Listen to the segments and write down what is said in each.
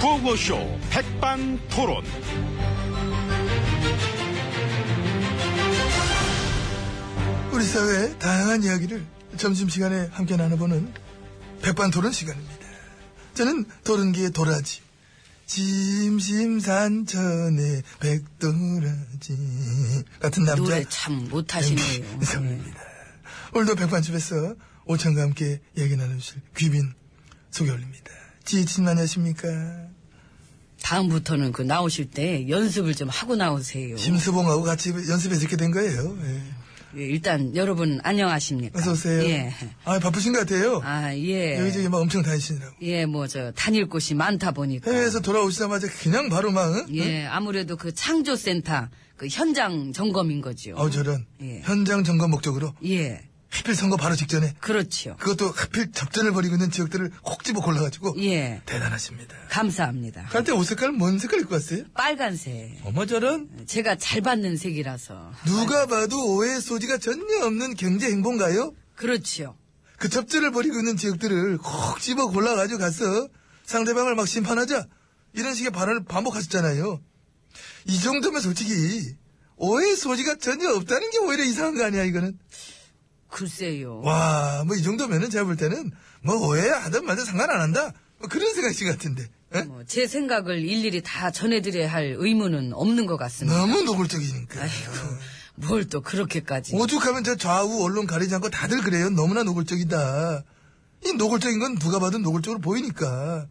구호쇼 백반토론. 우리 사회의 다양한 이야기를 점심시간에 함께 나눠보는 백반토론 시간입니다. 저는 토론기의 도라지. 심심산천의 백도라지 같은 남자 노래 참 못하시네요. 이상입니다. 오늘도 백반집에서 오천과 함께 얘기 나누실 귀빈 소개 올립니다. 지혜진 안녕하십니까? 다음부터는 그 나오실 때 연습을 좀 하고 나오세요. 심수봉하고 같이 연습해 듣게 된 거예요. 예. 예, 일단 여러분 안녕하십니까? 어서 오세요. 예. 아 바쁘신 것 같아요. 아, 예. 여기저기 막 엄청 다니시느라고. 예, 뭐 저 다닐 곳이 많다 보니까 해외에서 네? 돌아오시자마자 그냥 바로 막 응? 예, 아무래도 그 창조 센터 그 현장 점검인 거죠. 어 저런 예. 현장 점검 목적으로 예. 하필 선거 바로 직전에 그렇죠. 그것도 하필 접전을 벌이고 있는 지역들을 콕 집어 골라가지고 예. 대단하십니다. 감사합니다. 갈 때 옷 색깔은 뭔 색깔 입고 갔어요? 빨간색. 어머 저런 제가 잘 받는 색이라서. 누가 봐도 오해 소지가 전혀 없는 경제 행보인가요? 그렇죠. 그 접전을 벌이고 있는 지역들을 콕 집어 골라가지고 가서 상대방을 막 심판하자 이런 식의 발언을 반복하셨잖아요. 이 정도면 솔직히 오해 소지가 전혀 없다는 게 오히려 이상한 거 아니야 이거는? 글쎄요. 와, 뭐 이 정도면은 제가 볼 때는 뭐 오해하든 말든 상관 안 한다. 뭐 그런 생각이신 것 같은데. 예? 뭐, 제 생각을 일일이 다 전해드려야 할 의무는 없는 것 같습니다. 너무 노골적이니까. 뭘 또 그렇게까지. 오죽하면 저 좌우 언론 가리지 않고 다들 그래요. 너무나 노골적이다. 이 노골적인 건 누가 봐도 노골적으로 보이니까.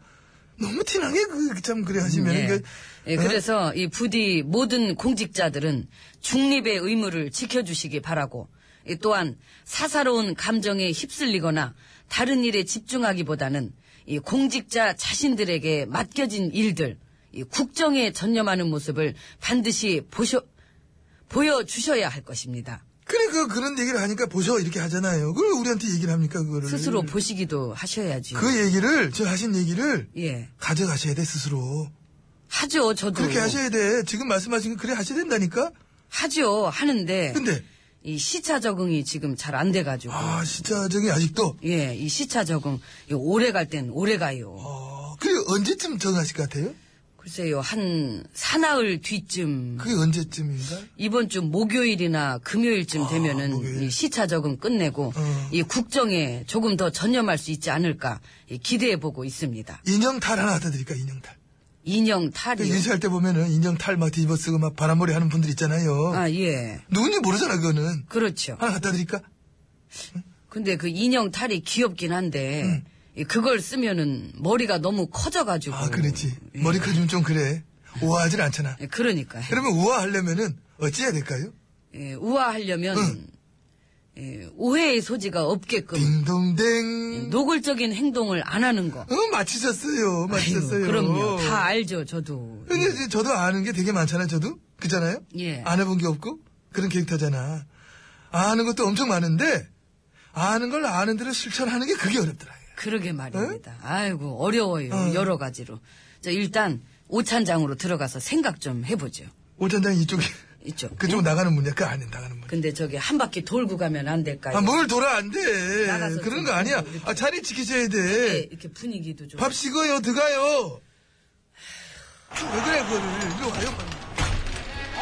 너무 티나게 그 참 그래 하시면 예. 그 예, 그래서 이 부디 모든 공직자들은 중립의 의무를 지켜주시기 바라고 이 또한 사사로운 감정에 휩쓸리거나 다른 일에 집중하기보다는 이 공직자 자신들에게 맡겨진 일들 이 국정에 전념하는 모습을 반드시 보셔 보여주셔야 할 것입니다. 그래 그 그런 얘기를 하니까 보셔 이렇게 하잖아요. 그걸 우리한테 얘기를 합니까 그거를? 스스로 보시기도 하셔야지. 요 음. 그 얘기를 저 하신 얘기를 예. 가져가셔야 돼 스스로. 하죠, 저도. 그렇게 하셔야 돼. 지금 말씀하신 거 그래 하셔야 된다니까. 하죠, 하는데. 근데 이 시차 적응이 지금 잘 안 돼가지고. 아, 시차적이 아직도. 예, 이 시차 적응. 이 오래 갈 땐 오래 가요. 어, 그게 언제쯤 적응하실 것 같아요? 글쎄요, 한 사나흘 뒤쯤. 그게 언제쯤인가? 이번 주 목요일이나 금요일쯤 아, 되면은 목요일. 이 시차 적응 끝내고 어. 이 국정에 조금 더 전념할 수 있지 않을까 이 기대해 보고 있습니다. 인형탈 하나 갖다 드릴까, 인형탈. 아, 인형 그 탈이요. 인쇄할 때 보면은 인형탈 막 뒤집어 쓰고 막 바람머리 하는 분들 있잖아요. 아 예, 누군지 모르잖아, 그거는. 그렇죠. 하나 갖다 드릴까? 근데 그 인형 탈이 귀엽긴 한데 이 그걸 쓰면은 머리가 너무 커져가지고. 음. 아, 그렇지. 머리 커지면 좀 그래. 우아하진 않잖아. 어, 예, 그러니까. 그러면 우아하려면은 어찌해야 될까요? 예, 우아하려면 예, 오해의 소지가 없게끔 딩동댕. 노골적인 행동을 안 하는 거. 어, 맞히셨어요. 맞히셨어요. 아이고, 그럼요. 다 알죠, 저도. 근데 이제 저도 아는 게 되게 많잖아요, 저도. 그잖아요? 예. 안 해본 게 없고, 그런 캐릭터잖아. 아는 것도 엄청 많은데, 아는 걸 아는 대로 실천하는 게 그게 어렵더라. 그러게 말입니다. 아이고, 어려워요. 어. 여러 가지로. 자, 일단 오찬장으로 들어가서 생각 좀 해보죠. 오전장 이쪽에, 이쪽. 그쪽 으로 나가는 문이야. 그 안에 나가는 문. 근데 저기 한 바퀴 돌고 가면 안 될까요? 아, 뭘 돌아, 안 돼. 나가서 그런 좀 거 아니야. 이렇게. 아, 자리 지키셔야 예, 돼. 이렇게 분위기도 좀. 밥 식어요, 들어가요. 왜 그래, 그거를. 이리 와요, 빨리.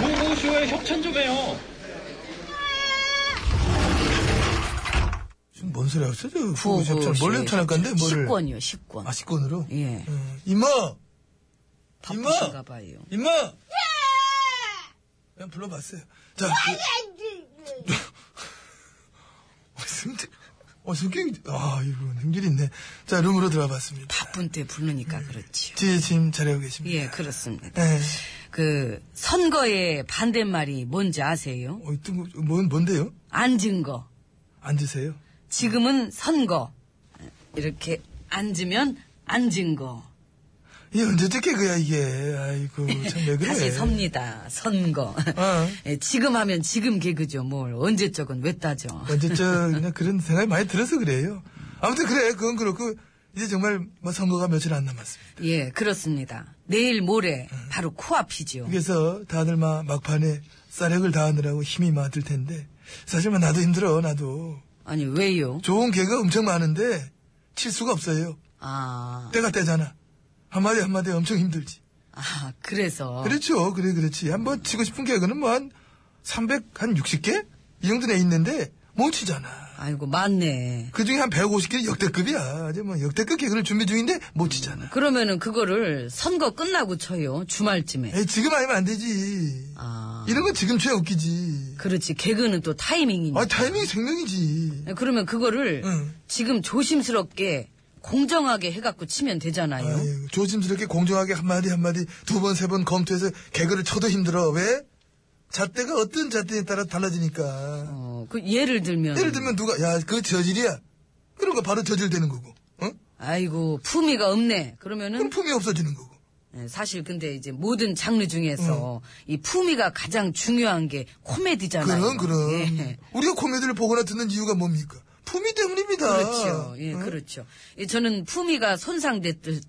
구호쇼에 협찬 좀 해요. 지금 뭔 소리 하고 있어, 저. 구호, 후보 협찬. 구호, 뭘 씨. 협찬할 건데, 뭐를. 식권이요, 식권. 아, 식권으로? 예. 음, 이모! 바쁘신가 봐요. 이모! 그냥 불러봤어요. 자. 그- 승질, 어, 성격이, 아, 이거 성질이 있네. 자, 룸으로 들어봤습니다. 바쁜 때 부르니까 그렇지요. 제 지금 잘하고 계십니다. 예, 그렇습니다. 예. 그 선거의 반대말이 뭔지 아세요? 어, 뜬금, 뭔, 뭔데요? 앉은 거. 앉으세요. 지금은 선거. 이렇게 앉으면 앉은 거. 이게 언제적게 그야, 이게. 아이고, 참, 왜 예, 그래. 다시 섭니다. 선거. 어. 예, 지금 하면 지금 개그죠. 뭘 언제적은 왜 따죠. 언제적, 그냥 그런 생각이 많이 들어서 그래요. 아무튼 그래, 그건 그렇고, 이제 정말 뭐 선거가 며칠 안 남았습니다. 예, 그렇습니다. 내일 모레 바로 코앞이죠. 그래서 다들 막 막판에 싸력을 다하느라고 힘이 많을 텐데 사실 뭐 나도 힘들어 나도 아니 왜요? 좋은 개가 엄청 많은데 칠 수가 없어요. 아, 때가 때잖아. 한마디 한마디 엄청 힘들지. 아 그래서 그렇죠. 그래, 그렇지. 한번 치고 싶은 개그는 뭐 한 300, 한 60개? 이 정도 내 있는데 못 치잖아. 아이고 맞네. 그 중에 한 150개는 역대급이야. 이제 뭐 역대급 개그를 준비 중인데 못 치잖아. 그러면은 그거를 선거 끝나고 쳐요 주말쯤에. 에이, 지금 아니면 안 되지. 아, 이런 건 지금 쳐야 웃기지. 그렇지 개그는 또 타이밍이니까. 아, 타이밍이 생명이지. 네, 그러면 그거를 응. 지금 조심스럽게 공정하게 해갖고 치면 되잖아요. 아유, 조심스럽게 공정하게 한마디 한마디 두 번, 세 번 검토해서 개그를 쳐도 힘들어. 왜? 잣대가 어떤 잣대에 따라 달라지니까. 어, 그 예를 들면 예를 들면 누가, 야, 그 저질이야. 그런 거 바로 저질되는 거고. 어? 아이고 품위가 없네. 그럼 그러면은 품이 없어지는 거고. 예, 사실 근데 이제 모든 장르 중에서 이 품위가 가장 중요한 게 음. 코미디잖아요. 그럼, 그럼. 예. 우리가 코미디를 보거나 듣는 이유가 뭡니까? 품이 때문입니다. 어? 그렇죠. 예, 그렇죠. 예, 저는 품위가 손상됐을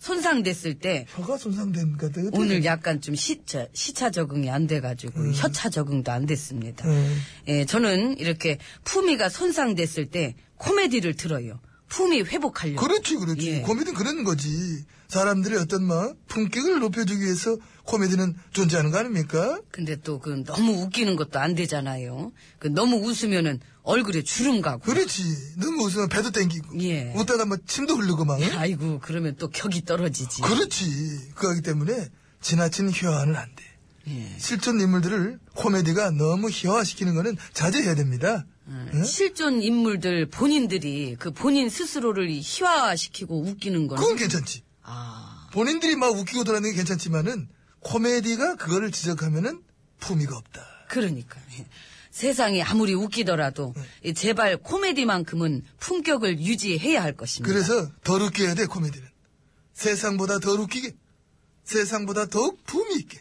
손상됐을 때 혀가 손상된 것 같아요. 오늘 약간 좀 시차, 시차 적응이 안 돼가지고 혀차 적응도 안 됐습니다. 음. 예, 저는 이렇게 품위가 손상됐을 때 코미디를 들어요. 품위 회복하려고. 그렇지, 그렇지. 예. 코미디는 그런 거지. 사람들의 어떤 막 품격을 높여주기 위해서 코미디는 존재하는 거 아닙니까? 근데 또 그 너무 웃기는 것도 안 되잖아요. 그 너무 웃으면은 얼굴에 주름 가고. 그렇지. 너무 웃으면 배도 땡기고. 예. 웃다가 막 침도 흐르고 막. 응? 아이고 예. 그러면 또 격이 떨어지지. 그렇지. 그거기 때문에 지나친 희화화는 안 돼. 예. 실존 인물들을 코미디가 너무 희화화시키는 거는 자제해야 됩니다. 예? 음, 응? 실존 인물들 본인들이 그 본인 스스로를 이 희화화시키고 웃기는 거는 그건 괜찮지. 아 본인들이 막 웃기고 돌아다니는 게 괜찮지만은 코미디가 그거를 지적하면은 품위가 없다. 그러니까 예. 세상이 아무리 웃기더라도 네. 이 제발 코미디만큼은 품격을 유지해야 할 것입니다. 그래서 덜 웃게 해야 돼 코미디는 세상보다 덜 웃기게 세상보다 더욱 품위 있게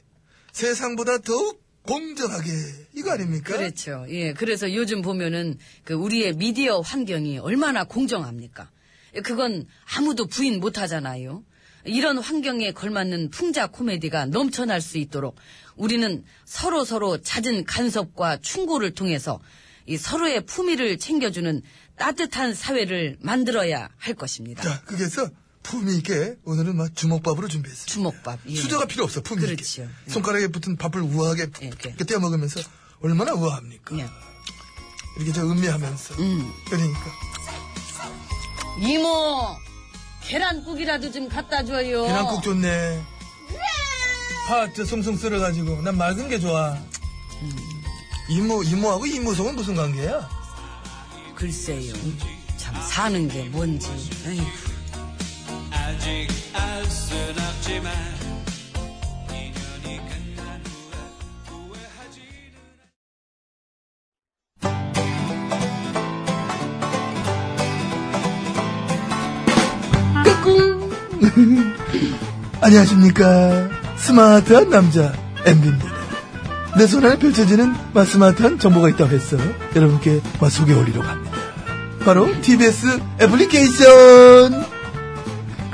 세상보다 더욱 공정하게 이거 아닙니까? 그렇죠. 예, 그래서 요즘 보면은 그 우리의 미디어 환경이 얼마나 공정합니까? 예, 그건 아무도 부인 못 하잖아요. 이런 환경에 걸맞는 풍자 코미디가 넘쳐날 수 있도록 우리는 서로 서로 잦은 간섭과 충고를 통해서 이 서로의 품위를 챙겨주는 따뜻한 사회를 만들어야 할 것입니다. 자 그래서 품위 있게 오늘은 막 주먹밥으로 준비했어요. 주먹밥. 예. 수저가 필요 없어 품위 그렇죠. 있게 손가락에 붙은 밥을 우아하게 예, 이렇게. 이렇게 떼어 먹으면서 얼마나 우아합니까? 예. 이렇게 저 음미하면서 그러니까 어. 이모 계란국이라도 좀 갖다 줘요. 계란국 좋네. 파저 송송 썰어가지고 난 맑은 게 좋아. 음. 이모 이모하고 이모성은 무슨 관계야? 글쎄요. 참 사는 게 뭔지. 에휴. 아직 알 순 없지만 인연이 끝난 후에 후회하지는 안녕하십니까 스마트한 남자 엠비입니다. 내 손안에 펼쳐지는 마 스마트한 정보가 있다고 해서 여러분께 마 소개 올리려고 합니다. 바로 TBS 애플리케이션.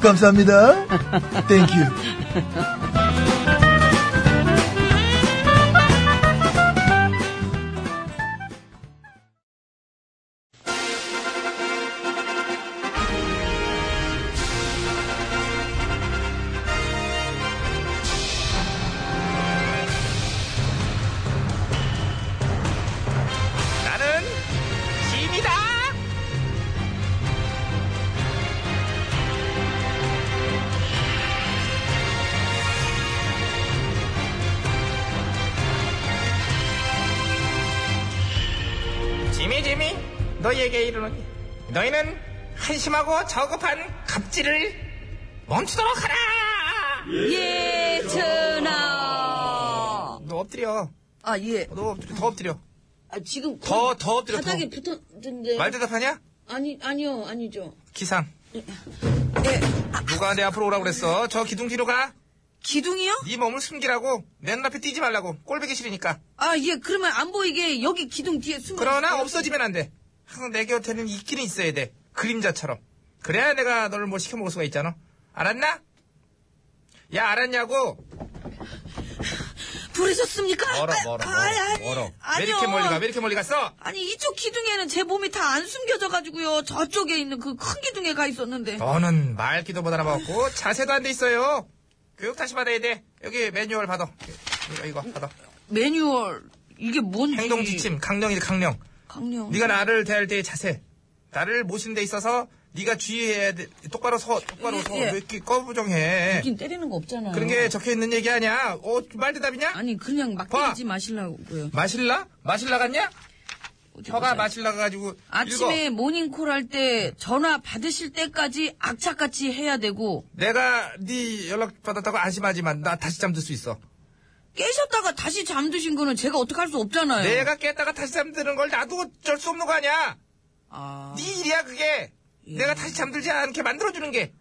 감사합니다. 땡큐. 나는 짐이다. 지미 지미 너희에게 이르노니 너희는 한심하고 저급한 갑질을 멈추도록 하라 예천아 너 엎드려 아 예. 너 엎드려 더 엎드려 아, 지금 더, 그 더 엎드려, 더. 바닥에 붙었는데. 말 대답하냐? 아니 아니요 아니죠. 기상. 예 누가 내 앞으로 오라고 그랬어? 저 기둥 뒤로 가. 기둥이요? 네 몸을 숨기라고. 내 눈앞에 뛰지 말라고. 꼴보기 싫으니까. 아 예 그러면 안 보이게 여기 기둥 뒤에 숨어. 그러나 있어요. 없어지면 안 돼. 항상 내 곁에는 있기는 있어야 돼. 그림자처럼. 그래야 내가 너를 뭘 시켜먹을 수가 있잖아. 알았나? 야, 알았냐고? 부르셨습니까? 멀어, 아, 멀어, 아, 멀어. 아니, 멀어. 왜 아니요. 이렇게 멀리 가? 왜 이렇게 멀리 갔어? 아니 이쪽 기둥에는 제 몸이 다 안 숨겨져 가지고요. 저쪽에 있는 그 큰 기둥에 가 있었는데. 너는 말기도 못 알아봤고, 자세도 안 돼 있어요. 교육 다시 받아야 돼. 여기 매뉴얼 받아. 이거, 이거 받아. 음. 매뉴얼 이게 뭔지. 행동 지침, 강령이지, 강령. 강령. 네가 나를 대할 때의 자세, 나를 모시는 데 있어서 네가 주의해야 돼. 똑바로 서, 똑바로 예, 서. 예. 왜 이렇게 꺼부정해? 웃긴 때리는 거 없잖아요. 그런 게 적혀 있는 얘기 아니야? 어, 말 대답이냐? 아니 그냥 막 봐. 때리지 마시라고요. 마실라? 마실라 갔냐? 어디 혀가 보자. 마실라 가지고 아침에 읽어. 모닝콜 할 때 전화 받으실 때까지 악착같이 해야 되고 내가 네 연락 받았다고 안심하지만 나 다시 잠들 수 있어. 깨셨다가 다시 잠드신 거는 제가 어떻게 할 수 없잖아요. 내가 깼다가 다시 잠드는 걸 나도 어쩔 수 없는 거 아니야? 아. 예. 네 일이야 그게. 내가 다시 잠들지 않게 만들어주는 게.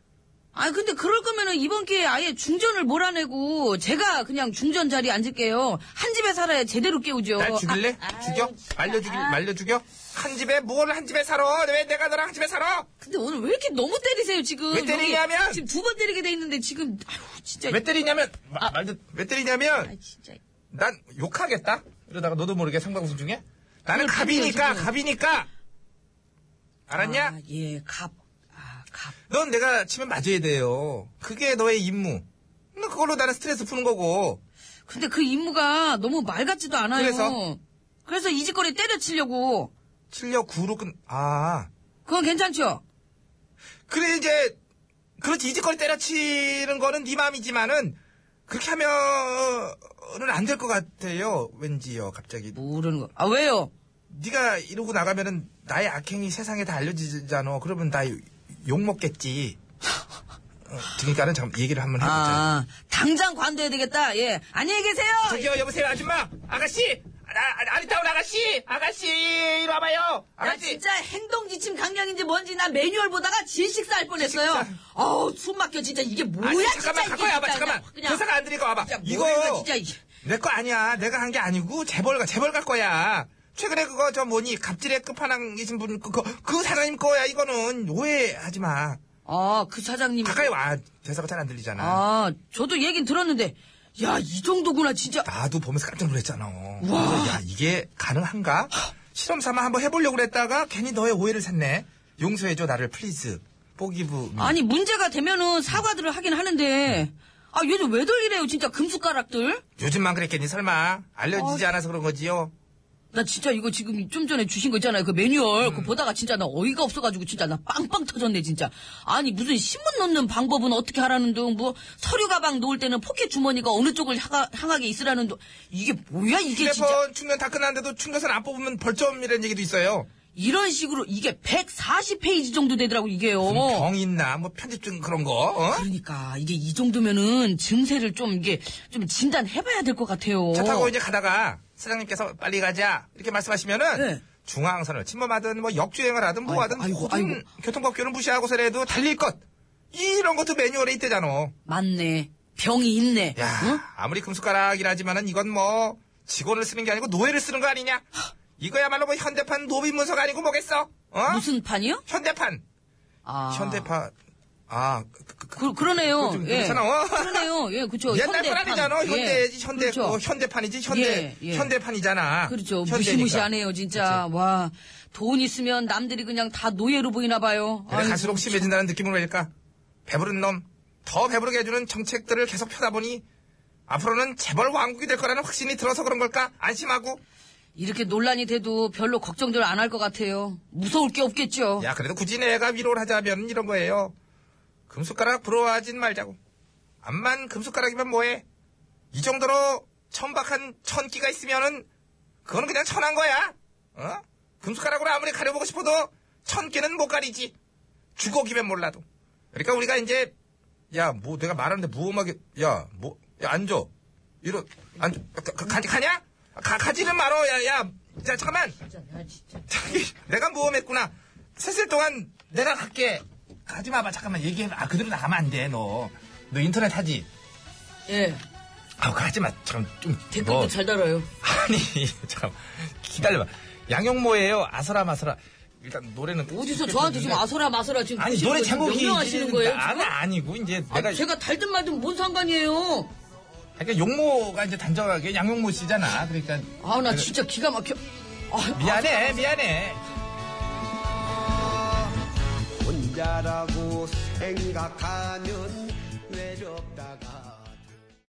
아 근데 그럴 거면은 이번 기회에 아예 중전을 몰아내고 제가 그냥 중전 자리에 앉을게요. 한 집에 살아야 제대로 깨우죠. 날 죽일래? 아, 죽여? 말려 죽일? 말려 죽여? 한 집에 뭘 한 집에 살아? 왜 내가 너랑 한 집에 살아? 근데 오늘 왜 이렇게 너무 때리세요 지금? 왜 때리냐면- 여기 지금 두 번 때리게 돼 있는데 지금 아유 진짜 왜 때리냐면 마- 말도 왜 때리냐면 아 진짜 난 욕하겠다. 이러다가 너도 모르게 생방송 중에 그걸 나는 갑이니까 때려, 지금. 갑이니까 알았냐? 아, 예, 갑. 아, 갑. 넌 내가 치면 맞아야 돼요. 그게 너의 임무. 너 그걸로 나는 스트레스 푸는 거고. 근데 그 임무가 너무 말 같지도 않아요. 그래서? 그래서 이 짓거리 때려치려고. 7력 9로 끝. 아 그건 괜찮죠? 그래 이제 그렇지 이짓거리 때려치는 거는 네 마음이지만은 그렇게 하면은 안 될 것 같아요. 왠지요 갑자기. 모르는 거. 아, 왜요? 네가 이러고 나가면은 나의 악행이 세상에 다 알려지잖아. 그러면 나 욕 먹겠지. 어, 그러니까는 잠깐 얘기를 한번 해보자. 아, 당장 관둬야 되겠다. 예. 안녕히 계세요! 저기요 여보세요 아줌마 아가씨 아, 아, 리타운 아가씨 아가씨 이리 와봐요 나 아가씨 진짜 행동 지침 강령인지 뭔지 난 매뉴얼 보다가 질식사 할 뻔했어요. 질식사. 어우, 숨 막혀 진짜 이게 뭐야 아니, 진짜 잠깐만 이게 갖고 와봐 진짜 잠깐만 그냥 교사가 안 들으니까 와봐 진짜 이거 모르겠다, 진짜 이- 내 거 아니야 내가 한 게 아니고 재벌가 재벌 갈 거야 최근에 그거 저 뭐니 갑질의 끝판왕이신 분 그거 그 사장님 거야 이거는 오해하지 마 아, 그 사장님. 가까이 와 대사가 잘 안 들리잖아 아, 저도 얘긴 들었는데 야, 이 정도구나 진짜. 나도 보면서 깜짝 놀랐잖아. 그래서 야, 이게 가능한가? 실험 삼아 한번 해보려고 그랬다가 괜히 너의 오해를 샀네. 용서해줘, 나를, 플리즈. 뽀기부. 아니 문제가 되면은 사과들을 하긴 하는데 아 요즘 왜들 이래요 진짜 금숟가락들 요즘만 그랬겠니, 설마? 알려지지 않아서 그런 거지요? 나 진짜 이거 지금 좀 전에 주신 거 있잖아요 그 매뉴얼 그거 보다가 진짜 나 어이가 없어가지고 진짜 나 빵빵 터졌네 진짜 아니 무슨 신문 넣는 방법은 어떻게 하라는 둥 뭐 서류 가방 놓을 때는 포켓 주머니가 어느 쪽을 향하, 향하게 있으라는 둥 이게 뭐야 이게 진짜 휴대폰 충전 다 끝났는데도 충전선 안 뽑으면 벌점이라는 얘기도 있어요. 이런 식으로 이게 140페이지 정도 되더라고 이게요 무슨 병 있나? 뭐 편집 중 그런 거? 어? 어. 그러니까 이게 이 정도면은 증세를 좀 이게 좀 진단해봐야 될 것 같아요 차 타고 이제 가다가 사장님께서 빨리 가자 이렇게 말씀하시면은 네. 중앙선을 침범하든 뭐 역주행을 하든 뭐 하든 아이고, 모든 아이고. 교통법규를 무시하고서라도 달릴 것 이런 것도 매뉴얼에 있대잖아. 맞네. 병이 있네. 야 응? 아무리 금숟가락이라지만은 이건 뭐 직원을 쓰는 게 아니고 노예를 쓰는 거 아니냐? 이거야말로 뭐 현대판 노비 문서가 아니고 뭐겠어? 어? 무슨 판이요? 현대판 아. 현대판 아 그, 그, 그, 그, 그러네요. 좀 예. 그렇잖아. 어? 그러네요. 예, 그쵸. 옛날 판 아니잖아. 현대지 현대 그렇죠. 어, 현대판이지 현대 예, 예. 현대판이잖아. 그렇죠. 현대니까. 무시무시하네요, 진짜. 와. 돈 있으면 남들이 그냥 다 노예로 보이나 봐요. 그래, 아이고, 갈수록 심해진다는 느낌으로 할까? 배부른 놈, 더 배부르게 해주는 정책들을 계속 펴다 보니 앞으로는 재벌 왕국이 될 거라는 확신이 들어서 그런 걸까? 안심하고. 이렇게 논란이 돼도 별로 걱정들 안 할 것 같아요. 무서울 게 없겠죠. 야, 그래도 굳이 내가 위로를 하자면 이런 거예요. 금숟가락 부러워하진 말자고. 암만 금숟가락이면 뭐해? 이 정도로 천박한 천기가 있으면은 그거는 그냥 천한 거야. 어? 금숟가락으로 아무리 가려보고 싶어도 천기는 못 가리지. 주걱이면 몰라도. 그러니까 우리가 이제 야, 뭐 내가 말하는데 무엄하게 야, 뭐 야, 앉아. 이런 앉아. 가, 가, 가, 가냐? 가, 가지는 말어. 야, 야, 자, 잠깐만. 진짜, 나 진짜. 자기, 내가 모험했구나. 셋일 동안 내가 갈게. 가지 마봐. 잠깐만 얘기해. 아, 그대로 나가면 안 돼, 너. 너 인터넷 하지? 예. 아, 가지 마. 잠깐 좀. 댓글도 너- 잘 달아요. 아니, 잠깐 기다려봐. 양용모예요. 아서라 마서라. 일단 노래는 어디서 저한테 지금 아소라 마소라 지금 아니 보시는 노래 거예요? 제목이 명령하시는 거예요? 지금? 아니 아니고 이제 아, 내가 제가 달든 말든 뭔 상관이에요? 그러니까 용모가 이제 단정하게 양용모 씨잖아. 그러니까 아 나 진짜 기가 막혀. 아, 미안해 미안해. 혼자라고 생각하면 외롭다가